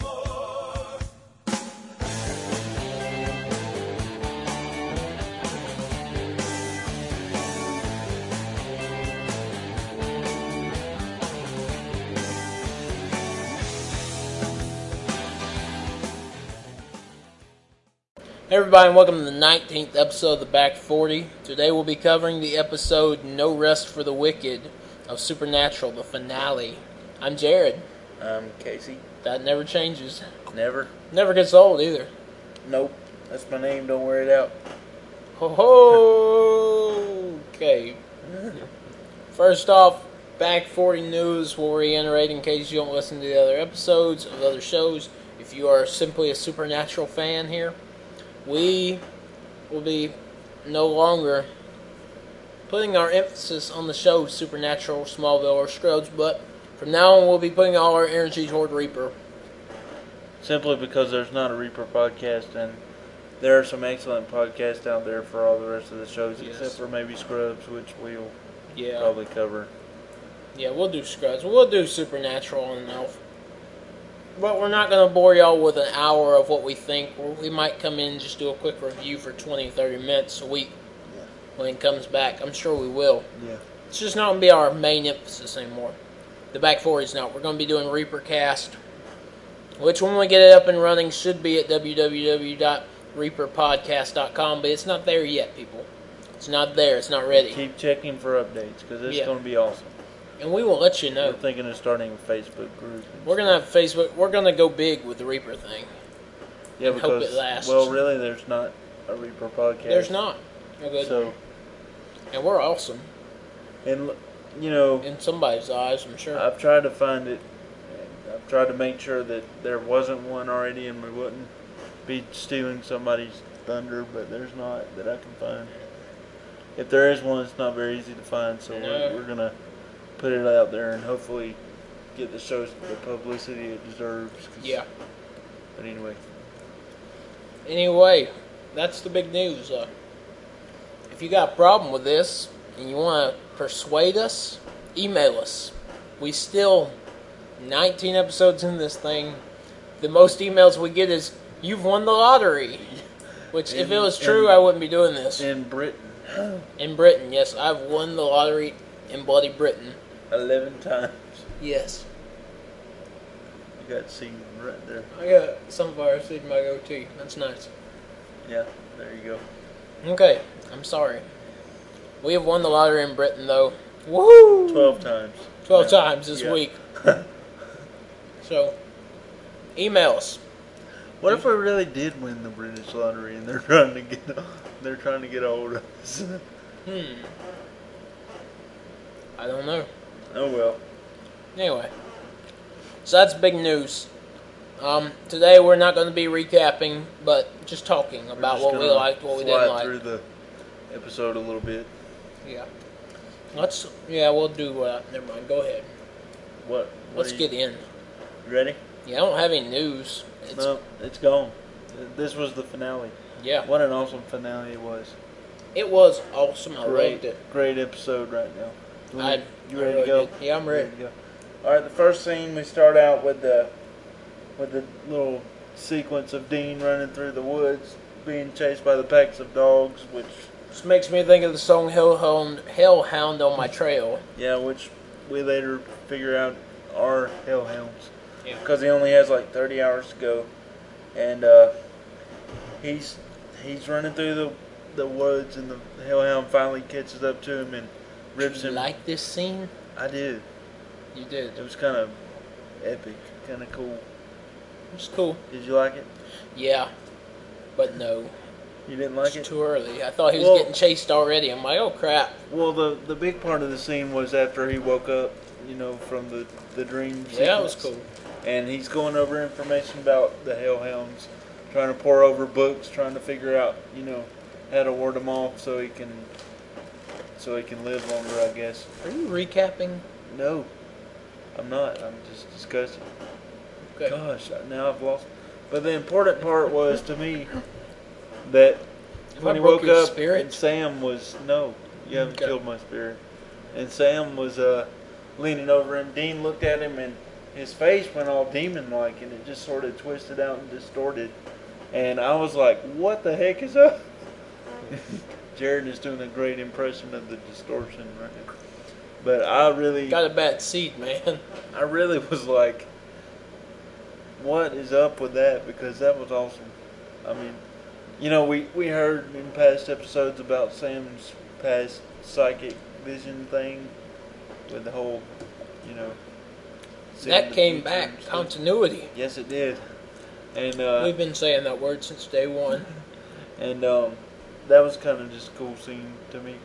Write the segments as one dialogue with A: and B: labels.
A: more.
B: Hey everybody, and welcome to the 19th episode of the Back 40. Today we'll be covering the episode No Rest for the Wicked of Supernatural, the finale. I'm Jared.
C: Um, Casey,
B: That never changes.
C: never.
B: Never gets old either.
C: Nope, that's my name. Don't wear it out.
B: Ho ho! Okay. First off, Back 40 News will reiterate in case you don't listen to the other episodes of other shows. If you are simply a Supernatural fan here, we will be no longer putting our emphasis on the show Supernatural, Smallville, or Scrubs, but from now on we'll be putting all our energy toward Reaper.
C: Simply because there's not a Reaper podcast, and there are some excellent podcasts out there for all the rest of the shows,
B: Yes.
C: except for maybe Scrubs, which we'll
B: Yeah.
C: probably cover.
B: Yeah, we'll do Scrubs. We'll do Supernatural and Elf. But we're not going to bore y'all with an hour of what we think. We might come in and just do a quick review for 20, 30 minutes a week when it comes back. I'm sure we will.
C: Yeah.
B: It's just not going to be our main emphasis anymore. The back four is not. We're going to be doing Reaper Cast, which when we get it up and running should be at www.reaperpodcast.com, but it's not there yet, people. It's not there. It's not ready.
C: Keep checking for updates because it's
B: Yeah. Oh.
C: going to be awesome.
B: And we will let you know.
C: We're thinking of starting a Facebook group. and
B: We're gonna have Facebook. We're gonna go big with the Reaper thing.
C: stuff. yeah,
B: hope it
C: because
B: lasts.
C: well, really, there's not a Reaper podcast.
B: There's not. No good.
C: So,
B: and we're awesome
C: and l- you know,
B: in somebody's eyes, I'm sure.
C: I've tried to find it. I've tried to make sure that there wasn't one already, and we wouldn't be stealing somebody's thunder. But there's not that I can find. If there is one, it's not very easy to find. So
B: No.
C: we're, we're gonna put it out there and hopefully get the show the publicity it deserves. 'cause-
B: yeah.
C: But anyway,
B: Anyway, that's the big news. Uh, if you got a problem with this and you want to persuade us, email us. We still 19 episodes in this thing. The most emails we get is "You've won the lottery," which, if it
C: In-
B: was true,
C: in-
B: I wouldn't be doing this.
C: in Britain,
B: in Britain, yes, I've won the lottery in bloody Britain.
C: eleven times
B: Yes.
C: you got seen right there.
B: I got sunflower seed in my goatee. That's nice.
C: Yeah, there you go.
B: Okay, I'm sorry. We have won the lottery in Britain, though. Woo!
C: Twelve times.
B: 12 times this
C: Yeah.
B: week. So, emails.
C: What if we really did win the British lottery and they're trying to get they're trying to get a hold of us?
B: Hmm. I don't know.
C: Oh well.
B: Anyway, so that's big news. Um, today we're not going to be recapping, but just talking
C: We're
B: about
C: just
B: what we
C: gonna
B: liked, what we
C: slide
B: didn't like.
C: through the episode a little bit.
B: Yeah. Let's. Yeah, we'll do. Uh, never mind. Go ahead.
C: What? what
B: Let's
C: are you-
B: get in.
C: you ready?
B: Yeah, I don't have any news. It's,
C: no, it's gone. This was the finale.
B: Yeah.
C: What an awesome finale it was.
B: It was awesome. I
C: Great,
B: loved it.
C: great episode right now. You
B: I-
C: ready- you
B: I
C: ready
B: really
C: to go?
B: did. Yeah, I'm ready.
C: to go. All right, the first scene we start out with the with the little sequence of Dean running through the woods, being chased by the packs of dogs, which
B: This makes me think of the song Hellhound, Hellhound on My Trail.
C: Yeah, which we later figure out are hellhounds
B: Yeah.
C: because he only has like 30 hours to go, and uh, he's he's running through the the woods, and the hellhound finally catches up to him and rips
B: you
C: him.
B: like this scene?
C: I did.
B: You
C: It
B: did.
C: was kind of epic, kind of cool.
B: It's cool.
C: Did you like it?
B: Yeah. But no.
C: You didn't
B: it's
C: like it?
B: too early. I thought he was
C: Well-
B: getting chased already. I'm like, oh crap.
C: Well, the the big part of the scene was after he woke up, you know, from the the dream.
B: Yeah, that was
C: sequence.
B: cool.
C: and he's going over information about the hellhounds, trying to pour over books, trying to figure out, you know, how to ward them off so he can, so he can live longer, I guess.
B: Are you recapping?
C: No, I'm not. I'm just discussing.
B: Okay.
C: Gosh, now I've lost. But the important part was to me that
B: Have
C: when
B: I
C: he
B: broke
C: woke
B: your
C: up
B: spirit?
C: and Sam was no, you haven't
B: Okay.
C: killed my spirit. And Sam was uh, leaning over him. Dean looked at him and his face went all demon like and it just sort of twisted out and distorted. And I was like, What the heck is up? Jared is doing a great impression of the distortion right now. But I really
B: Got a bad seat, man.
C: I really was like, what is up with that? Because that was awesome. I mean, you know, we, we heard in past episodes about Sam's past psychic vision thing with the whole, you know. seeing
B: that
C: the
B: came
C: future
B: back.
C: and stuff.
B: Continuity.
C: Yes, it did. And uh,
B: We've been saying that word since day one.
C: and um, that was kind of just a cool scene to me.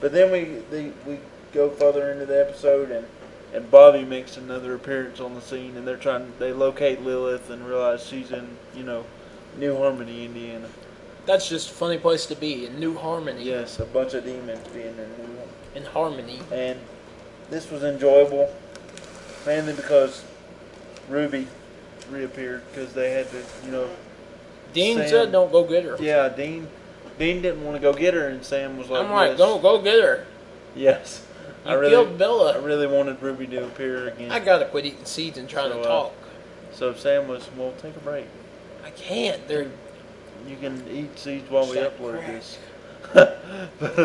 C: But then we the, we go further into the episode, and and Bobby makes another appearance on the scene, and they're trying they locate Lilith and realize she's in you know New Harmony, Indiana.
B: That's just a funny place to be in New Harmony.
C: Yes, a bunch of demons being in New Harmony,
B: In Harmony.
C: and this was enjoyable, mainly because Ruby reappeared because they had to you know
B: Dean
C: Sam-
B: said, "Don't go get her."
C: yeah Dean. Dean didn't want to go get her, and Sam was like,
B: I'm like,
C: yes.
B: "Don't go get her."
C: Yes.
B: You
C: I really,
B: killed Bella.
C: I really wanted Ruby to appear again.
B: I gotta quit eating seeds and trying
C: So,
B: to
C: uh,
B: talk.
C: so Sam was, well, take a break.
B: I can't. They're
C: You can eat seeds while we
B: Shut
C: upload
B: crack.
C: this. but,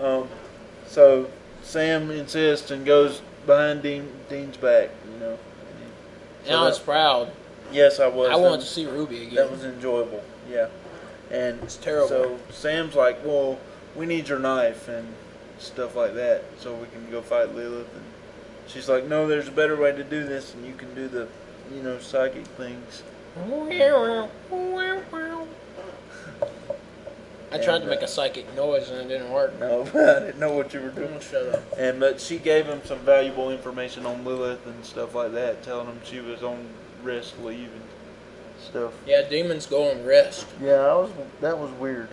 C: uh, um, so Sam insists and goes behind Dean, Dean's back, you know. So
B: now
C: that-
B: it's proud.
C: yes, I was.
B: I
C: That
B: wanted to
C: was-
B: see Ruby again.
C: That was enjoyable. Yeah. And
B: It's terrible.
C: So Sam's like, well, we need your knife and stuff like that so we can go fight Lilith. And she's like, no, there's a better way to do this, and you can do the, you know, psychic things.
B: I tried
C: And,
B: to make
C: uh,
B: a psychic noise and it didn't work.
C: No, I didn't know what you were doing.
B: Don't shut up.
C: And but she gave him some valuable information on Lilith and stuff like that, telling him she was on rest leave and stuff.
B: Yeah, demons go on rest.
C: Yeah, that was that was weird.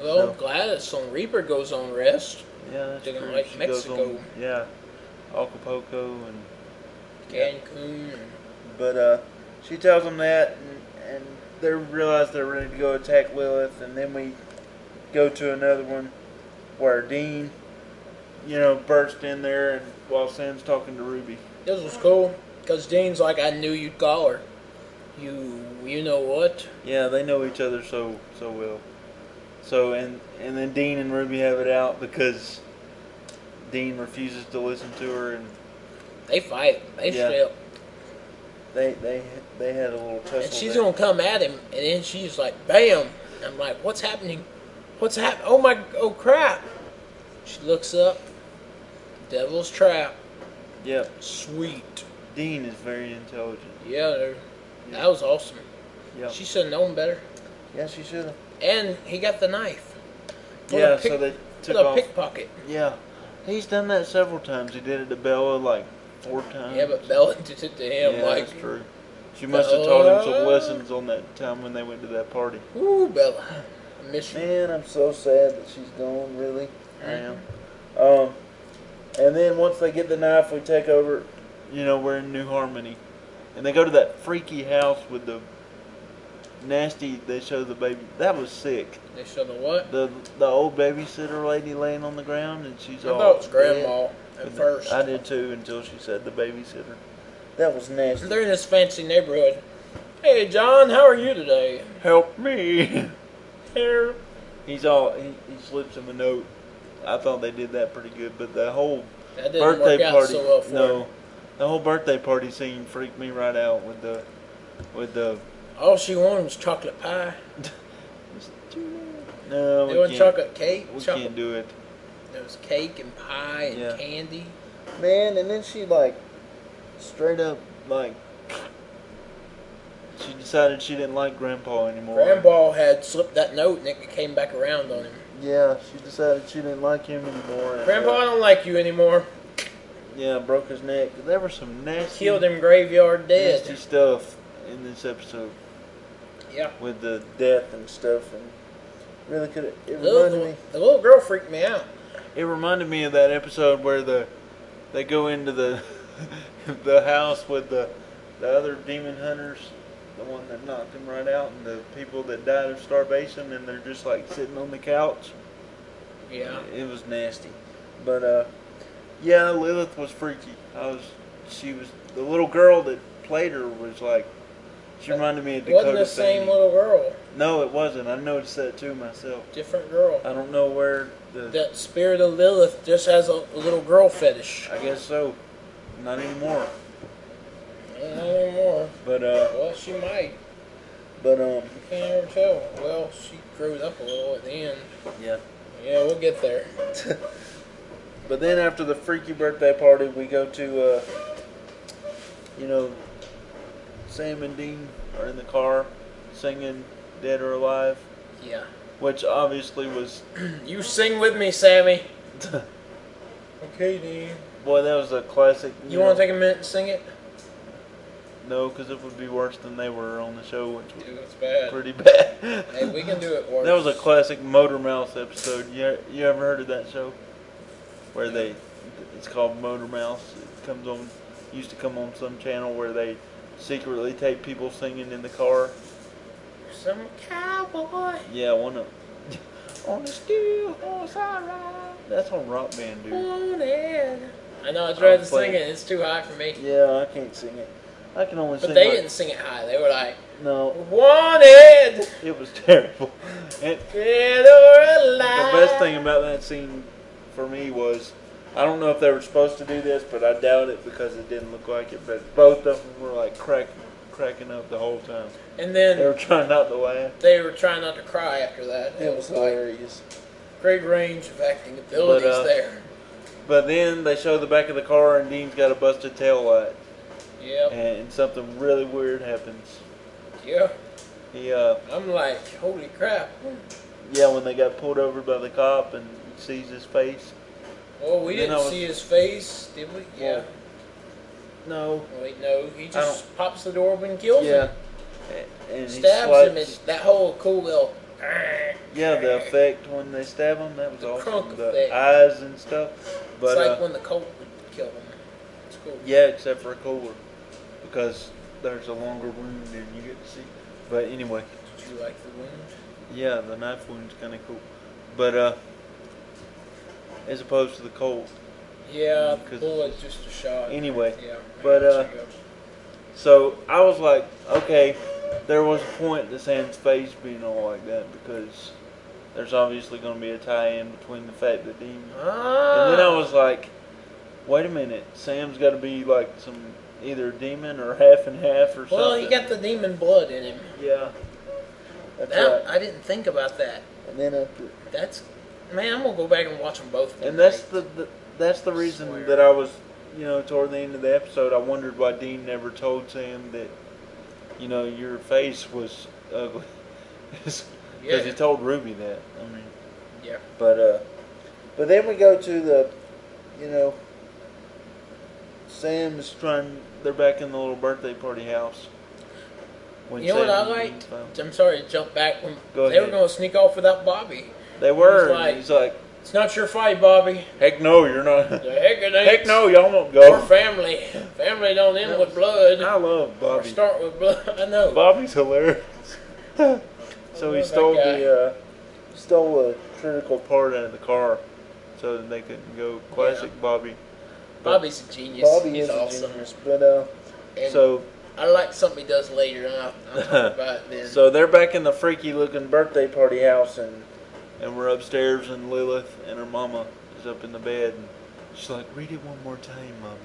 B: Well,
C: No.
B: Gladys on Reaper goes on rest.
C: Yeah, that's
B: Didn't
C: true.
B: like
C: She goes
B: Mexico.
C: on- yeah, Acapulco and Yeah.
B: Cancun.
C: But uh, she tells them that, and, and they realize they're ready to go attack Lilith, and then we go to another one where Dean, you know, bursts in there, and while Sam's talking to Ruby,
B: This was cool because Dean's like, I knew you'd call her. You, you know what?
C: yeah, they know each other so so well. So and and then Dean and Ruby have it out because Dean refuses to listen to her, and
B: They fight. They
C: Yeah.
B: straight up.
C: they they they had a little tussle.
B: And she's
C: there.
B: gonna come at him, and then she's like, "Bam!" I'm like, "What's happening? What's happening? Oh my! Oh crap!" She looks up. Devil's trap.
C: Yep,
B: Sweet.
C: Dean is very intelligent.
B: Yeah, dude. that was awesome.
C: Yep.
B: She should have known better.
C: yeah, she should have.
B: And he got the knife. What a
C: Yeah,
B: pick-
C: so they took
B: what a
C: off.
B: pickpocket.
C: Yeah, he's done that several times. He did it to Bella like four times.
B: Yeah, but Bella did it to him.
C: Uh-huh.
B: Oh.
C: Yeah,
B: like,
C: that's true. She must have taught him some
B: Bella.
C: lessons on that time when they went to that party.
B: ooh, Bella, I miss you.
C: Man, I'm so sad that she's gone. Really, I
B: Mhm.
C: am. Um, and then once they get the knife, we take over. You know, we're in New Harmony, and they go to that freaky house with the nasty. They show the baby. That was sick.
B: They should have what?
C: The the old babysitter lady laying on the ground, and she's
B: I
C: all.
B: thought it was
C: dead.
B: Grandma at first.
C: I did too until she said the babysitter. That was nasty.
B: They're in this fancy neighborhood. Hey, John, how are you today?
C: Help me. Help. He's all he, he slips him a note. I thought they did that pretty good, but the whole
B: That didn't
C: birthday
B: work out
C: party
B: so well for
C: no,
B: him.
C: the whole birthday party scene freaked me right out with the with the
B: All she wanted was chocolate pie.
C: no
B: They
C: we
B: want
C: can't,
B: chocolate cake.
C: we
B: chocolate.
C: can't do it.
B: There was cake and pie and
C: Yeah.
B: candy.
C: Man, and then she like straight up like she decided she didn't like Grandpa anymore.
B: Grandpa had slipped that note and it came back around on him.
C: Yeah, she decided she didn't like him anymore. and, uh,
B: Grandpa, I don't like you anymore.
C: Yeah, broke his neck. There were some nasty,
B: Killed him graveyard dead.
C: nasty stuff in this episode
B: Yeah.
C: with the death and stuff, and really could it
B: The little, the little girl freaked me out.
C: It reminded me of that episode where the they go into the the house with the the other demon hunters, the one that knocked him right out, and the people that died of starvation, and they're just like sitting on the couch.
B: Yeah.
C: It was nasty. But uh yeah, Lilith was freaky. I was she was the little girl that played her was like she reminded me of Dakota
B: Wasn't the same
C: Fanning.
B: little girl,
C: No, it wasn't. I noticed that too myself.
B: different girl.
C: I don't know where the
B: That spirit of Lilith just has a, a little girl fetish.
C: I guess so. Not anymore.
B: Not anymore.
C: But uh
B: Well, she might.
C: but um
B: You can't ever tell. Well, she grows up a little at the end.
C: yeah.
B: Yeah, we'll get there.
C: But then after the freaky birthday party, we go to, uh, you know, Sam and Dean are in the car singing "Dead or Alive,"
B: Yeah.
C: which obviously was,
B: You sing with me, Sammy. Okay, Dean.
C: boy, that was a classic.
B: You want to take a minute and sing it?
C: take? No, because it would be worse than they were on the show, which was
B: Dude, it's bad.
C: pretty bad.
B: Hey, we can do it worse.
C: That was a classic Motor Mouse episode. You, you ever heard of that show? Where they, it's called Motor Mouse. It comes on, used to come on some channel where they secretly tape people singing in the car.
B: Some cowboy.
C: Yeah, one of on the steel horse I ride. That's on Rock
B: Mm.
C: Band, dude.
B: wanted. I know I tried to
C: I'll play
B: sing it. It's too high for me.
C: Yeah, I can't sing it. I can only
B: But
C: sing.
B: they
C: like-
B: didn't sing it high. They were like,
C: No,
B: "Wanted,
C: it was terrible. And
B: dead or
C: the
B: alive."
C: best thing about that scene for me was, I don't know if they were supposed to do this, but I doubt it because it didn't look like it. But both of them were like crack, cracking up the whole time.
B: And
C: They were
B: then
C: trying not to laugh.
B: they were trying not to cry after that. It was like
C: hilarious.
B: great range of acting abilities
C: But, uh,
B: there.
C: But then they show the back of the car, and Dean's got a busted tail light,
B: Yep.
C: and something really weird happens.
B: Yeah.
C: He uh,
B: I'm like, holy crap.
C: Yeah, when they got pulled over by the cop and he sees his face.
B: Well, Oh, we
C: Then
B: didn't
C: I was-
B: see his face, did we? Yeah.
C: No.
B: Well, wait, no. He
C: I
B: just pops the door open, and kills
C: Yeah.
B: him,
C: A- And he
B: stabs him, and
C: slaps-
B: that whole cool little.
C: Yeah, the effect when they stab him, that was
B: The
C: awesome.
B: crunk
C: The
B: effect.
C: eyes and stuff.
B: it's
C: But
B: like
C: uh,
B: when the Colt would kill him. It's cool.
C: yeah, except for a cooler. Because there's a longer wound and you get to see. But anyway,
B: Did you like the wound?
C: yeah, the knife wound's kind of cool. But uh, as opposed to the cold.
B: Yeah,
C: Mm, 'cause
B: bullet just a shot.
C: Anyway,
B: yeah,
C: but,
B: I guess
C: uh,
B: you go.
C: So I was like, okay, there was a point to Sam's face being all like that because there's obviously going to be a tie-in between the fact that Dean. And
B: Ah!
C: then I was like, wait a minute, Sam's got to be like some either demon or half and half or something.
B: well, he got the demon blood in him.
C: yeah. That's
B: That,
C: right.
B: I didn't think about that.
C: and then after,
B: That's man, I'm gonna go back and watch them both.
C: and that's
B: tonight.
C: the, the that's the reason
B: Swear.
C: that I was, you know, toward the end of the episode, I wondered why Dean never told Sam that, you know, your face was ugly.
B: yeah,
C: Because he told Ruby that. I mean,
B: yeah.
C: but uh, but then we go to the, you know, Sam's trying. They're back in the little birthday party house. When
B: You know what I
C: Sam and
B: liked?
C: Dean found-
B: I'm sorry to jump back. When
C: Go
B: they
C: ahead.
B: were gonna sneak off without Bobby.
C: They were.
B: He's
C: and
B: like-
C: He's like,
B: It's not your fight, Bobby.
C: heck no, you're not.
B: The heck it ain't.
C: heck no, y'all won't
B: We're
C: go.
B: family. Family don't end with blood.
C: I love
B: Or
C: Bobby.
B: start with blood. I know.
C: Bobby's hilarious. so he
B: that
C: stole
B: guy.
C: the uh, stole a critical part out of the car, so that they couldn't go. Classic Bobby.
B: Bobby's a genius.
C: Bobby
B: He's
C: is a
B: awesome.
C: genius, but uh,
B: And
C: so
B: I like something he does later. and I'll, I'll talk about it then.
C: so they're back in the freaky looking birthday party house, and and we're upstairs, and Lilith and her mama is up in the bed, and she's like, "Read it one more time, mommy."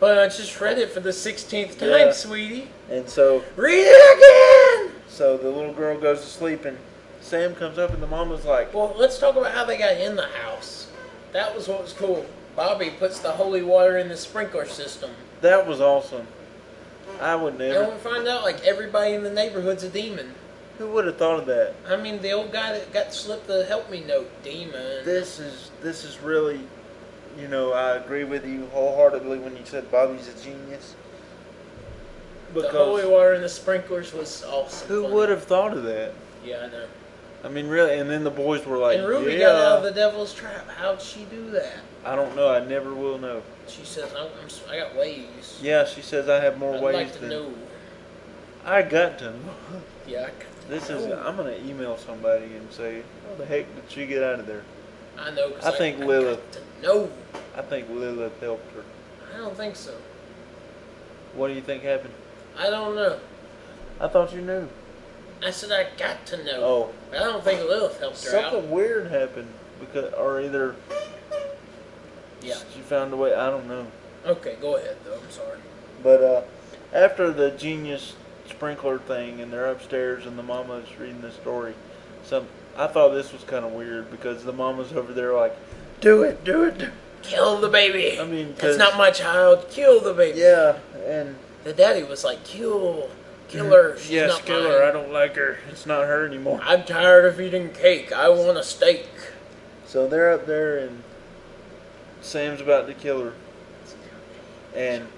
B: But I just read it for the 16th time,
C: Yeah.
B: sweetie.
C: And so
B: Read it again!
C: so the little girl goes to sleep, and Sam comes up, and the mama's like,
B: Well, let's talk about how they got in the house. That was what was cool. Bobby puts the holy water in the sprinkler system.
C: "That was awesome. I would
B: And
C: never.
B: we find out, like, everybody in the neighborhood's a demon.
C: Who would have thought of that?"
B: I mean, the old guy that got slipped the help me note, demon.
C: this is this is really you know i agree with you wholeheartedly when you said bobby's a genius
B: the holy
C: because
B: water in the sprinklers was awesome.
C: who
B: funny.
C: would have thought of that
B: Yeah, I know.
C: i mean really and then the boys were like
B: And Ruby
C: yeah
B: got out of the devil's trap. How'd she do that?
C: i don't know i never will know
B: She says, I'm, I'm, si got ways.
C: yeah she says i have more
B: I'd
C: ways
B: like to
C: than
B: know.
C: I got to. know.
B: Yuck.
C: This is. I'm gonna email somebody and say, "How the heck did she get out of there?"
B: I know. 'cause
C: I think
B: got
C: Lilith-
B: to know.
C: I think Lilith helped her.
B: I don't think so.
C: What do you think happened?
B: I don't know.
C: I thought you knew.
B: I said I got to know.
C: Oh,
B: But I don't think Lilith helped her out.
C: something weird happened because, or either
B: Yeah.
C: she found a way. I don't know.
B: Okay, go ahead though. I'm sorry.
C: But uh, after the genius sprinkler thing, and they're upstairs, and the mama's reading the story. Some I thought this was kind of weird because the mama's over there like, "Do it, do it." Do it."
B: Kill the baby.
C: I mean, 'cause-
B: that's not my child. Kill the baby.
C: Yeah, and
B: The daddy was like, kill, kill her. She's
C: yes,
B: not
C: kill
B: mine.
C: her. Mm-hmm. I don't like her. It's not her anymore.
B: I'm tired of eating cake. I want a steak.
C: So they're up there, and Sam's about to kill her. And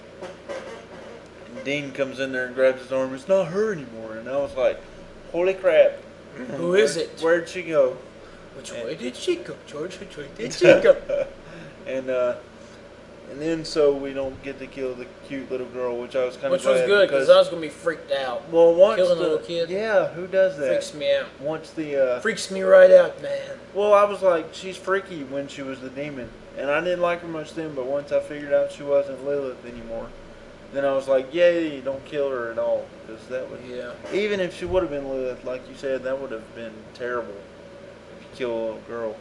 C: Dean comes in there and grabs his arm. It's not her anymore. And I was like, holy crap. Mm-hmm.
B: Who is it?
C: Where'd she go?
B: Which way did she go, George? Which way did she go?
C: and uh, and then so we don't get to kill the cute little girl, which I was kind of
B: Which was good because I was gonna be freaked out.
C: well, once
B: killing a
C: the
B: little kid.
C: Yeah, who does that?
B: Freaks me out.
C: Once the uh,
B: Freaks me right out, man.
C: Well, I was like, she's freaky when she was the demon, and I didn't like her much then. But once I figured out she wasn't Lilith anymore, then I was like, yay, don't kill her at all, because that would,
B: Yeah.
C: even if she would have been Lilith, like you said, that would have been terrible. If you kill a little girl,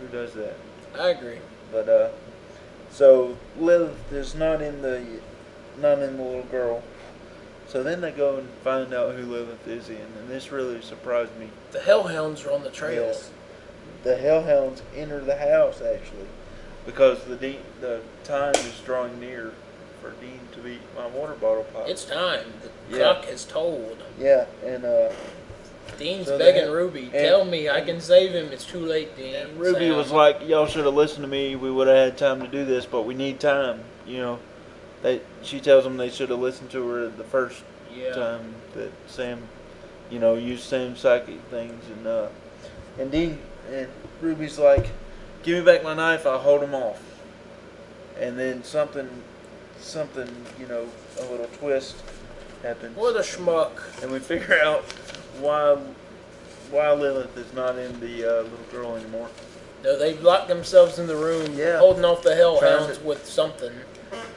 C: who does that?
B: I agree.
C: But uh, so Lilith is not in the, not in the little girl. So then they go and find out who Lilith is in, and this really surprised me
B: The hellhounds are on the trails.
C: the hellhounds enter the house actually because the de- the time is drawing near for Dean to eat my water bottle pop.
B: It's time. The
C: Yeah.
B: clock has told.
C: yeah, and uh,
B: Dean's
C: So they
B: begging
C: have-
B: Ruby,
C: and-
B: tell me I can save him. It's too late, Dean.
C: and Ruby
B: Sam.
C: was like, "Y'all should have listened to me. We would have had time to do this, but we need time." You know, they she tells them they should have listened to her the first
B: yeah.
C: time that Sam, you know, used Sam's psychic things, and uh, and Dean and Ruby's like, "Give me back my knife. I'll hold him off." And then something, something, you know, a little twist happens,
B: What a schmuck.
C: and we figure out why why Lilith is not in the uh, little girl anymore.
B: No, they've locked themselves in the room,
C: Yeah.
B: holding off the
C: Trying
B: hellhounds
C: to-
B: with something.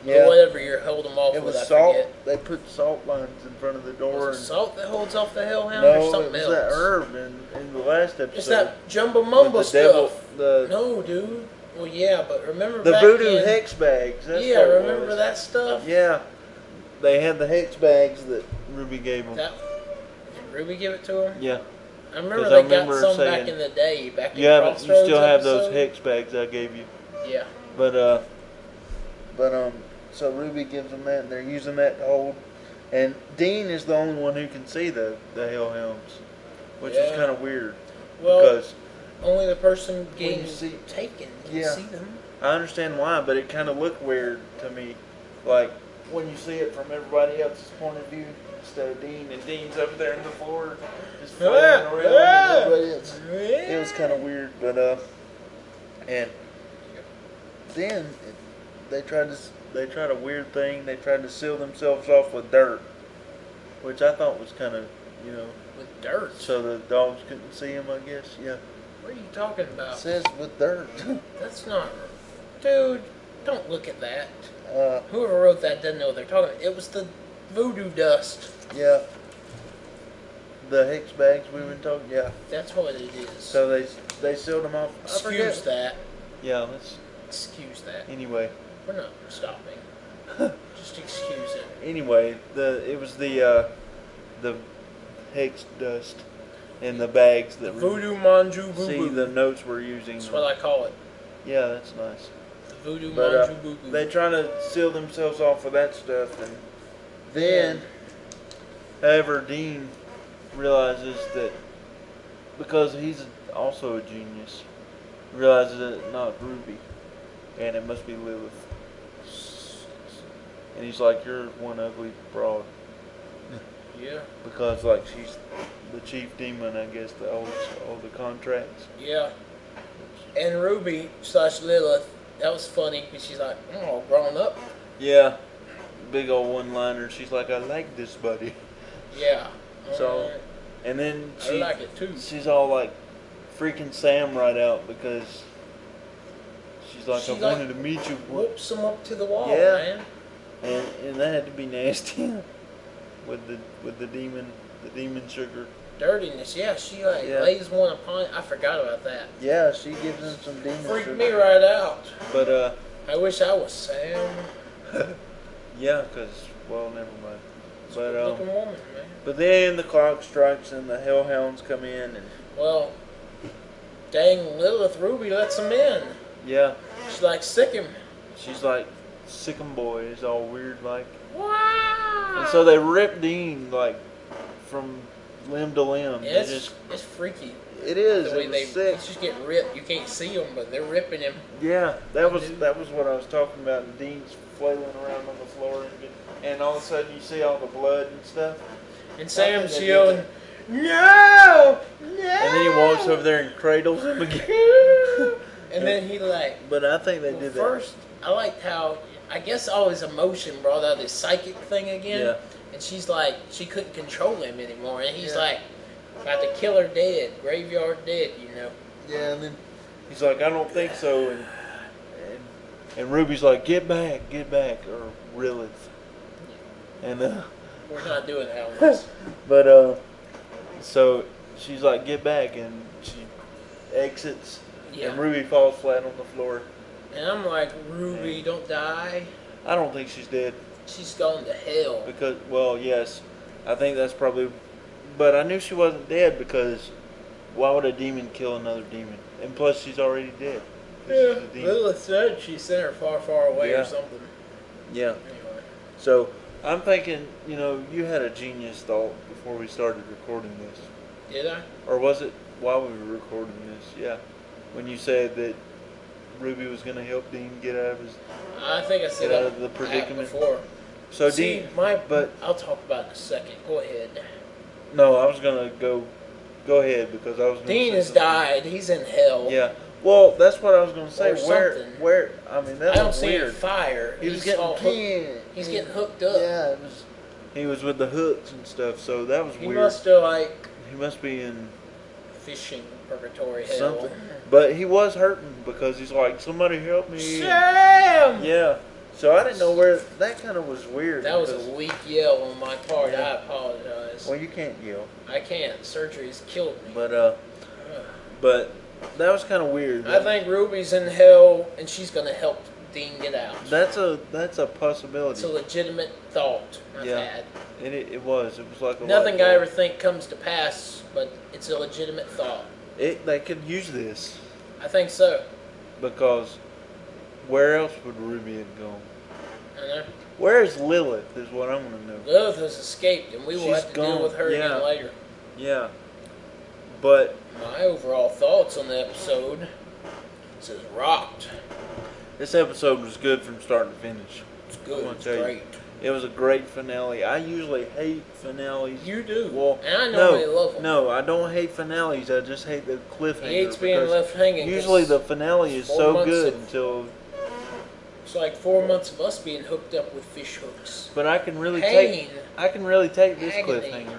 C: Yeah.
B: Or whatever you're holding them off
C: It
B: with, I
C: was salt.
B: forget.
C: They put salt lines in front of the door.
B: Was it salt that holds off the hellhound
C: And, no,
B: or
C: it
B: something
C: was
B: else?
C: that herb in, in the last episode.
B: It's that jumbo mumbo
C: with the
B: stuff.
C: devil- the-
B: no, dude. Well, yeah, but remember
C: The
B: back
C: voodoo
B: in-
C: hex bags. That's
B: Yeah,
C: what it
B: remember
C: was.
B: that stuff?
C: Yeah, they had the hex bags that Ruby gave them.
B: That, did Ruby give it to him?
C: yeah,
B: I remember
C: 'Cause
B: they
C: I remember
B: got some
C: saying-
B: back in the day, back in
C: you haven't. You
B: Crossroads
C: still have those
B: episode.
C: hex bags I gave you.
B: Yeah.
C: But uh, but um, so Ruby gives them that, and they're using that to hold. And Dean is the only one who can see the the hellhounds, which is
B: Yeah.
C: kind of weird
B: Well,
C: because
B: only the person getting
C: you see-
B: taken can
C: Yeah.
B: see them.
C: I understand why, but it kind of looked weird to me, like when you see it from everybody else's point of view instead of Dean, and Dean's up there in the floor just flailing
B: Yeah,
C: around.
B: yeah.
C: And everybody else. It was kind of weird, but uh, and then it, they tried to s- they tried a weird thing. They tried to seal themselves off with dirt, which I thought was kind of you know
B: with dirt.
C: so the dogs couldn't see him. I guess yeah.
B: What are you talking
C: It
B: about?
C: says with dirt.
B: That's not. Dude, don't look at that.
C: uh,
B: Whoever wrote that doesn't know what they're talking about. It was the voodoo dust.
C: yeah. The hex bags we were talking. Yeah.
B: That's what it is.
C: So they s- they sealed him off. I
B: Excuse
C: forget-
B: that.
C: Yeah. Let's
B: Excuse that.
C: anyway.
B: We're not stopping. Just excuse it.
C: anyway, the it was the uh, the hex dust and the bags that were-
B: Voodoo manju boo
C: see
B: boo.
C: the notes we're using.
B: That's what I call it.
C: yeah, that's nice.
B: The voodoo
C: But uh,
B: manju boo boo.
C: they try to seal themselves off with that stuff, and then, however, Dean realizes that because he's also a genius, realizes that it's not Ruby, and it must be Lilith. And he's like, "You're one ugly broad."
B: yeah,
C: because like she's the chief demon, I guess the old all the contracts.
B: yeah. And Ruby slash Lilith, that was funny because she's like, I'm all grown up.
C: Yeah, big old one liner. She's like, I like this buddy.
B: Yeah.
C: So-
B: Alright.
C: And then
B: I
C: she,
B: like it too.
C: she's all like freaking Sam right out because she's like,
B: She
C: I
B: like-
C: wanted to meet you. What?
B: whoops them up to the wall,
C: Yeah.
B: man.
C: And, and that had to be nasty with the with the demon the demon sugar.
B: Dirtiness, yeah. She like
C: Yeah.
B: lays one upon. I forgot about that.
C: Yeah, she gives him some demon
B: Freaked
C: sugar.
B: me right out.
C: But uh,
B: I wish I was Sam.
C: yeah, cause well, never mind. But
B: Looking
C: um,
B: woman, man.
C: but then the clock strikes and the hellhounds come in and
B: Well, dang, Lilith Ruby lets him in.
C: yeah,
B: She's like, sick him.
C: she's like sick'em boy is all weird like.
B: Wow.
C: And so they rip Dean like from limb to limb. They
B: it's,
C: just-
B: it's freaky.
C: it is.
B: The way
C: It
B: they
C: was sick.
B: he's just getting ripped. You can't see him, but they're ripping him.
C: Yeah, that was that was what I was talking about. And Dean's flailing around on the floor, and, get- and all of a sudden you see all the blood and stuff.
B: And
C: I think
B: Sam's
C: they did
B: yelling, "No, no!" And
C: And then he walks over there and cradles him again.
B: and then he like.
C: But I think they
B: well,
C: did that.
B: first, I liked how I guess all his emotion brought out his psychic thing again.
C: Yeah.
B: And she's like, she couldn't control him anymore, and he's
C: Yeah.
B: like, about to kill her dead, graveyard dead, you know.
C: Yeah, and then he's like, I don't think so, and and, and Ruby's like, get back, get back, or really. And uh,
B: We're not doing that one.
C: But uh, so she's like, "Get back!" and she exits,
B: Yeah.
C: and Ruby falls flat on the floor.
B: And I'm like, Ruby, don't die.
C: I don't think she's dead
B: She's gone to hell.
C: because, well, yes, I think that's probably. But I knew she wasn't dead because why would a demon kill another demon? And plus, she's already dead. 'cause she's a demon.
B: Lilith said she sent her far, far away
C: Yeah.
B: or something.
C: Yeah.
B: Anyway.
C: So I'm thinking, you know, you had a genius thought before we started recording this.
B: Did I?
C: Or was it while we were recording this? Yeah. When you said that Ruby was going to help Dean get out of his.
B: I think I said
C: Get out
B: that
C: of the predicament.
B: before.
C: So
B: See,
C: Dean.
B: my
C: But
B: I'll talk about it in a second. Go ahead.
C: no, I was going to go. Go ahead because I was. Gonna
B: Dean
C: say
B: has
C: something.
B: died. He's in hell.
C: Yeah. Well, that's what I was going to say.
B: Or
C: where?
B: something.
C: Where? I mean, that
B: I don't
C: was
B: see any
C: weird.
B: fire.
C: He was
B: He's
C: getting
B: all hooked.
C: pinned.
B: He's
C: He-
B: getting hooked up.
C: Yeah, it was. He was with the hooks and stuff, so that was
B: He
C: weird.
B: must have like
C: he must be in
B: fishing purgatory hell.
C: something. But he was hurting because he's like, "Somebody help me!"
B: Sam.
C: Yeah. So I didn't know where that kind of was weird.
B: That was
C: because-
B: a weak yell on my part. I
C: Yeah.
B: apologize.
C: well, you can't yell,
B: I can't. Surgery's killed me.
C: but uh, but that was kind of weird.
B: I think Ruby's in hell, and she's gonna help Dean get out.
C: that's a that's a possibility.
B: It's a legitimate thought I've
C: Yeah.
B: had.
C: and it, it was it was like a
B: Nothing
C: light
B: I ever
C: bulb.
B: think comes to pass, but it's a legitimate thought.
C: It, they could use this
B: I think so.
C: because where else would Ruby have gone?
B: I know.
C: Where is Lilith? Is what I'm gonna know.
B: Lilith has escaped, and we will
C: She's
B: have to
C: gone.
B: deal with her
C: Yeah.
B: again later.
C: Yeah. But
B: My overall thoughts on the episode this is rocked.
C: this episode was good from start to finish.
B: It's
C: I'm gonna
B: good. It's
C: tell you.
B: great.
C: It was a great finale. I usually hate finales.
B: You do.
C: Well,
B: and I
C: no,
B: normally love them.
C: no, I don't hate finales. I just hate the cliffhanger.
B: He hates being
C: because
B: left hanging. 'cause
C: Usually the finale is
B: four
C: so
B: months
C: good
B: of-
C: until,
B: it's like four months of us being hooked up with fish hooks.
C: but I can really take,
B: Pain.
C: I can really take this
B: Agony.
C: cliffhanger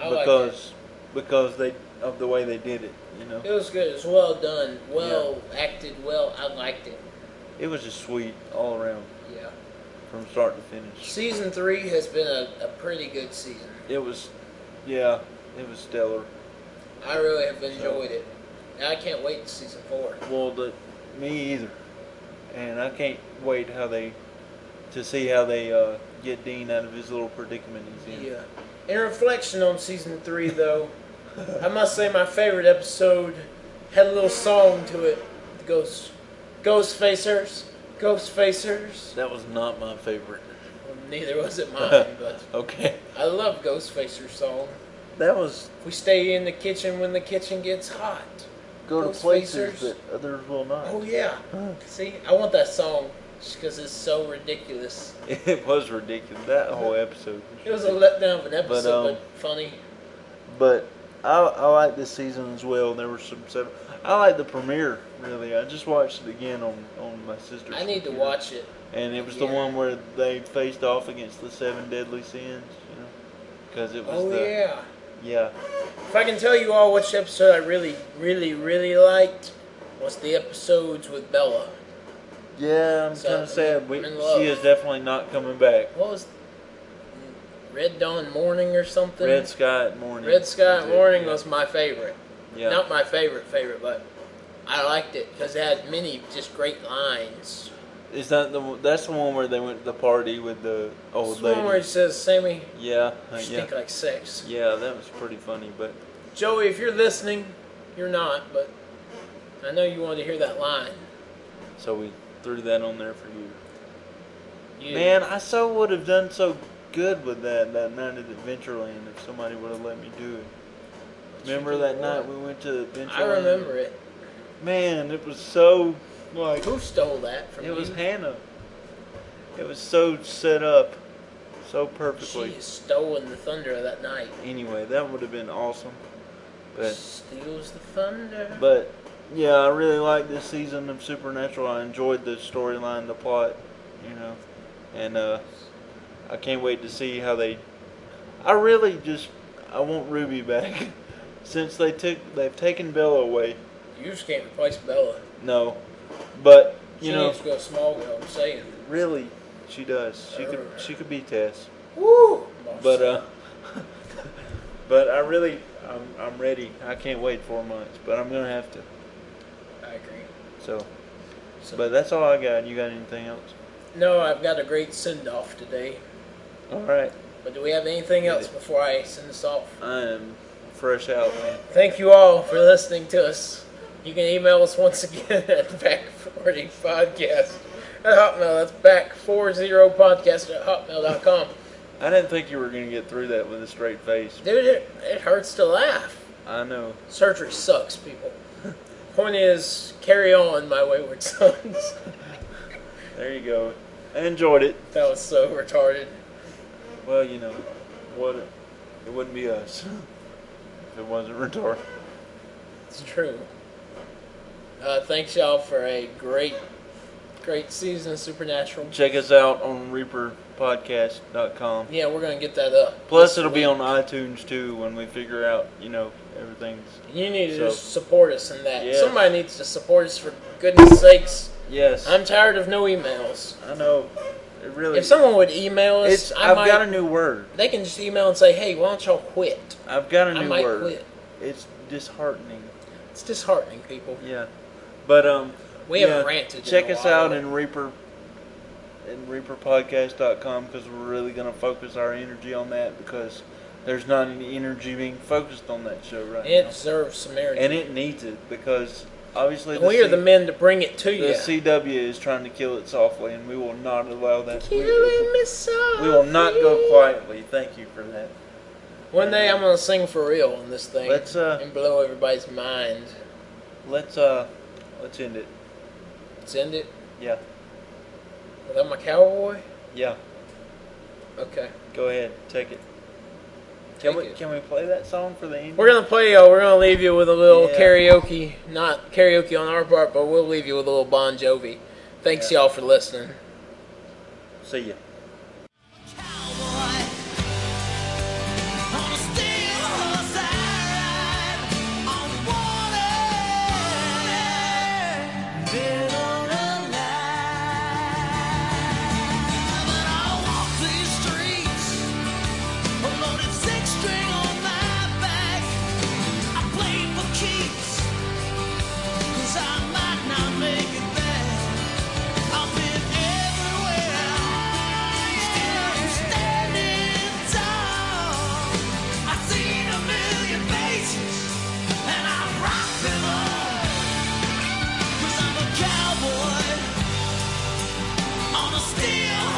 B: I like it.
C: because, because they of the way they did it. You know,
B: It was good. It was well done. Well acted. Well, I liked it.
C: it was just sweet all around
B: Yeah.
C: from start to finish.
B: Season three has been a, a pretty good season.
C: It was, yeah, it was stellar.
B: I really have enjoyed it. And I can't wait to season four.
C: Well, the, me either, and I can't wait how they to see how they uh, get Dean out of his little predicament he's in.
B: Yeah. In uh, reflection on season three, though, I must say my favorite episode had a little song to it. The ghost, ghost facers, ghost facers.
C: That was not my favorite.
B: Well, neither was it mine, but
C: Okay.
B: I love ghost facer song.
C: That was
B: We stay in the kitchen when the kitchen gets hot.
C: go to
B: Those
C: places
B: spacers.
C: that others will not.
B: Oh yeah. See, I want that song because it's so ridiculous.
C: It was ridiculous. That whole episode. was
B: It was a
C: ridiculous.
B: letdown of an episode,
C: um,
B: but, funny.
C: But I I like this season as well. There were some seven. I like the premiere really. I just watched it again on on my sister's.
B: I need to
C: computer.
B: watch it.
C: And it was the
B: Yeah.
C: one where they faced off against the seven deadly sins. You know, because it was
B: Oh
C: the
B: yeah.
C: yeah.
B: If I can tell you all which episode I really, really, really liked was the episodes with Bella.
C: Yeah, I'm
B: So,
C: kind of sad. We,
B: I'm in love.
C: she is definitely not coming back.
B: What was Red Dawn Morning or something?
C: Red Sky at morning.
B: Red Sky
C: Is it?
B: Morning
C: Yeah.
B: was my favorite.
C: yeah.
B: Not my favorite favorite, but I liked it because it had many just great lines.
C: Is that the one- that's the one where they went to the party with the old
B: This one
C: lady?
B: where it says, "Sammy,
C: Yeah, uh,
B: you
C: yeah,
B: stink like sex."
C: yeah. That was pretty funny, but
B: Joey, if you're listening, you're not, but I know you wanted to hear that line.
C: so we threw that on there for you.
B: You,
C: Man, I so would have done so good with that that night at Adventureland if somebody would have let me do it. Remember that night we went to Adventureland?
B: I remember it.
C: Man, it was so like
B: Who stole that from
C: it
B: you?
C: was Hannah. It was so set up, so perfectly.
B: She has stolen the thunder of that night.
C: Anyway, that would have been awesome, but.
B: Steals the thunder.
C: But yeah, I really like this season of Supernatural. I enjoyed the storyline, the plot, you know, and uh, I can't wait to see how they. I really just I want Ruby back since they took they've taken Bella away.
B: you just can't replace Bella.
C: No, but you
B: she
C: know,
B: needs to go small girl. I'm saying.
C: really, she does. She could she could be Tess,
B: Woo!
C: but uh. But I really, I'm, I'm ready. I can't wait four months, but I'm gonna have to.
B: I agree.
C: So,
B: So-
C: but that's all I got. You got anything else?
B: no, I've got a great send off today.
C: All right.
B: But do we have anything else before I send this off?
C: I am fresh out, man.
B: Thank you all for listening to us. You can email us once again at back40 podcast at hotmail. That's back40 podcast at hotmail.com.
C: I didn't think you were going to get through that with a straight face.
B: Dude, it, it hurts to laugh.
C: I know.
B: Surgery sucks, people. Point is, carry on, my wayward sons.
C: There you go. I enjoyed it.
B: that was so retarded.
C: Well, you know, what? It wouldn't be us if it wasn't retarded.
B: It's true. Uh, thanks, y'all, for a great, great season of Supernatural.
C: Check us out on ReaperPodcast.com.
B: Yeah, we're going to get that up.
C: Plus, it'll be on iTunes too when we figure out, you know, everything's.
B: You need to
C: So-
B: just support us in that.
C: Yeah.
B: Somebody needs to support us for goodness sakes.
C: Yes,
B: I'm tired of no emails.
C: I know. It really.
B: If someone would email us,
C: it's.
B: I
C: I've
B: might.
C: got a new word.
B: they can just email and say, "Hey, why don't y'all quit?"
C: I've got a
B: I
C: new
B: might
C: word.
B: quit.
C: It's disheartening.
B: It's disheartening, people.
C: Yeah, but um,
B: We
C: yeah,
B: haven't ranted in
C: Check
B: a
C: us
B: while.
C: out in Reaper in ReaperPodcast.com because we're really gonna focus our energy on that because there's not any energy being focused on that show right
B: It deserves some
C: now, and
B: energy.
C: it needs it because obviously
B: And
C: the
B: we are
C: C-
B: the men to bring it to
C: the
B: you.
C: CW is trying to kill it softly, and we will not allow that. We,
B: Killing me
C: we will not go
B: softly.
C: quietly. Thank you for that.
B: One day I'm gonna sing for real on this thing
C: Let's, uh,
B: and blow everybody's mind.
C: Let's uh, let's end it.
B: Let's end it.
C: Yeah,
B: Without my cowboy.
C: yeah.
B: Okay.
C: Go ahead, take it. Can
B: Take
C: we
B: it.
C: can we play that song for the end?
B: We're gonna play y'all. We're gonna leave you with a little
C: Yeah.
B: karaoke, not karaoke on our part, but we'll leave you with a little Bon Jovi. Thanks
C: Yeah.
B: y'all for listening.
C: See ya.
D: Cowboy on a steel horse I ride on water, dead or alive. But I walk these streets, a loaded six-string on my back. I play for keeps, 'cause I might not make it back. I've been everywhere, still I'm standing tall. I've seen a million faces, and I've rocked them all. 'Cause I'm a cowboy on a steel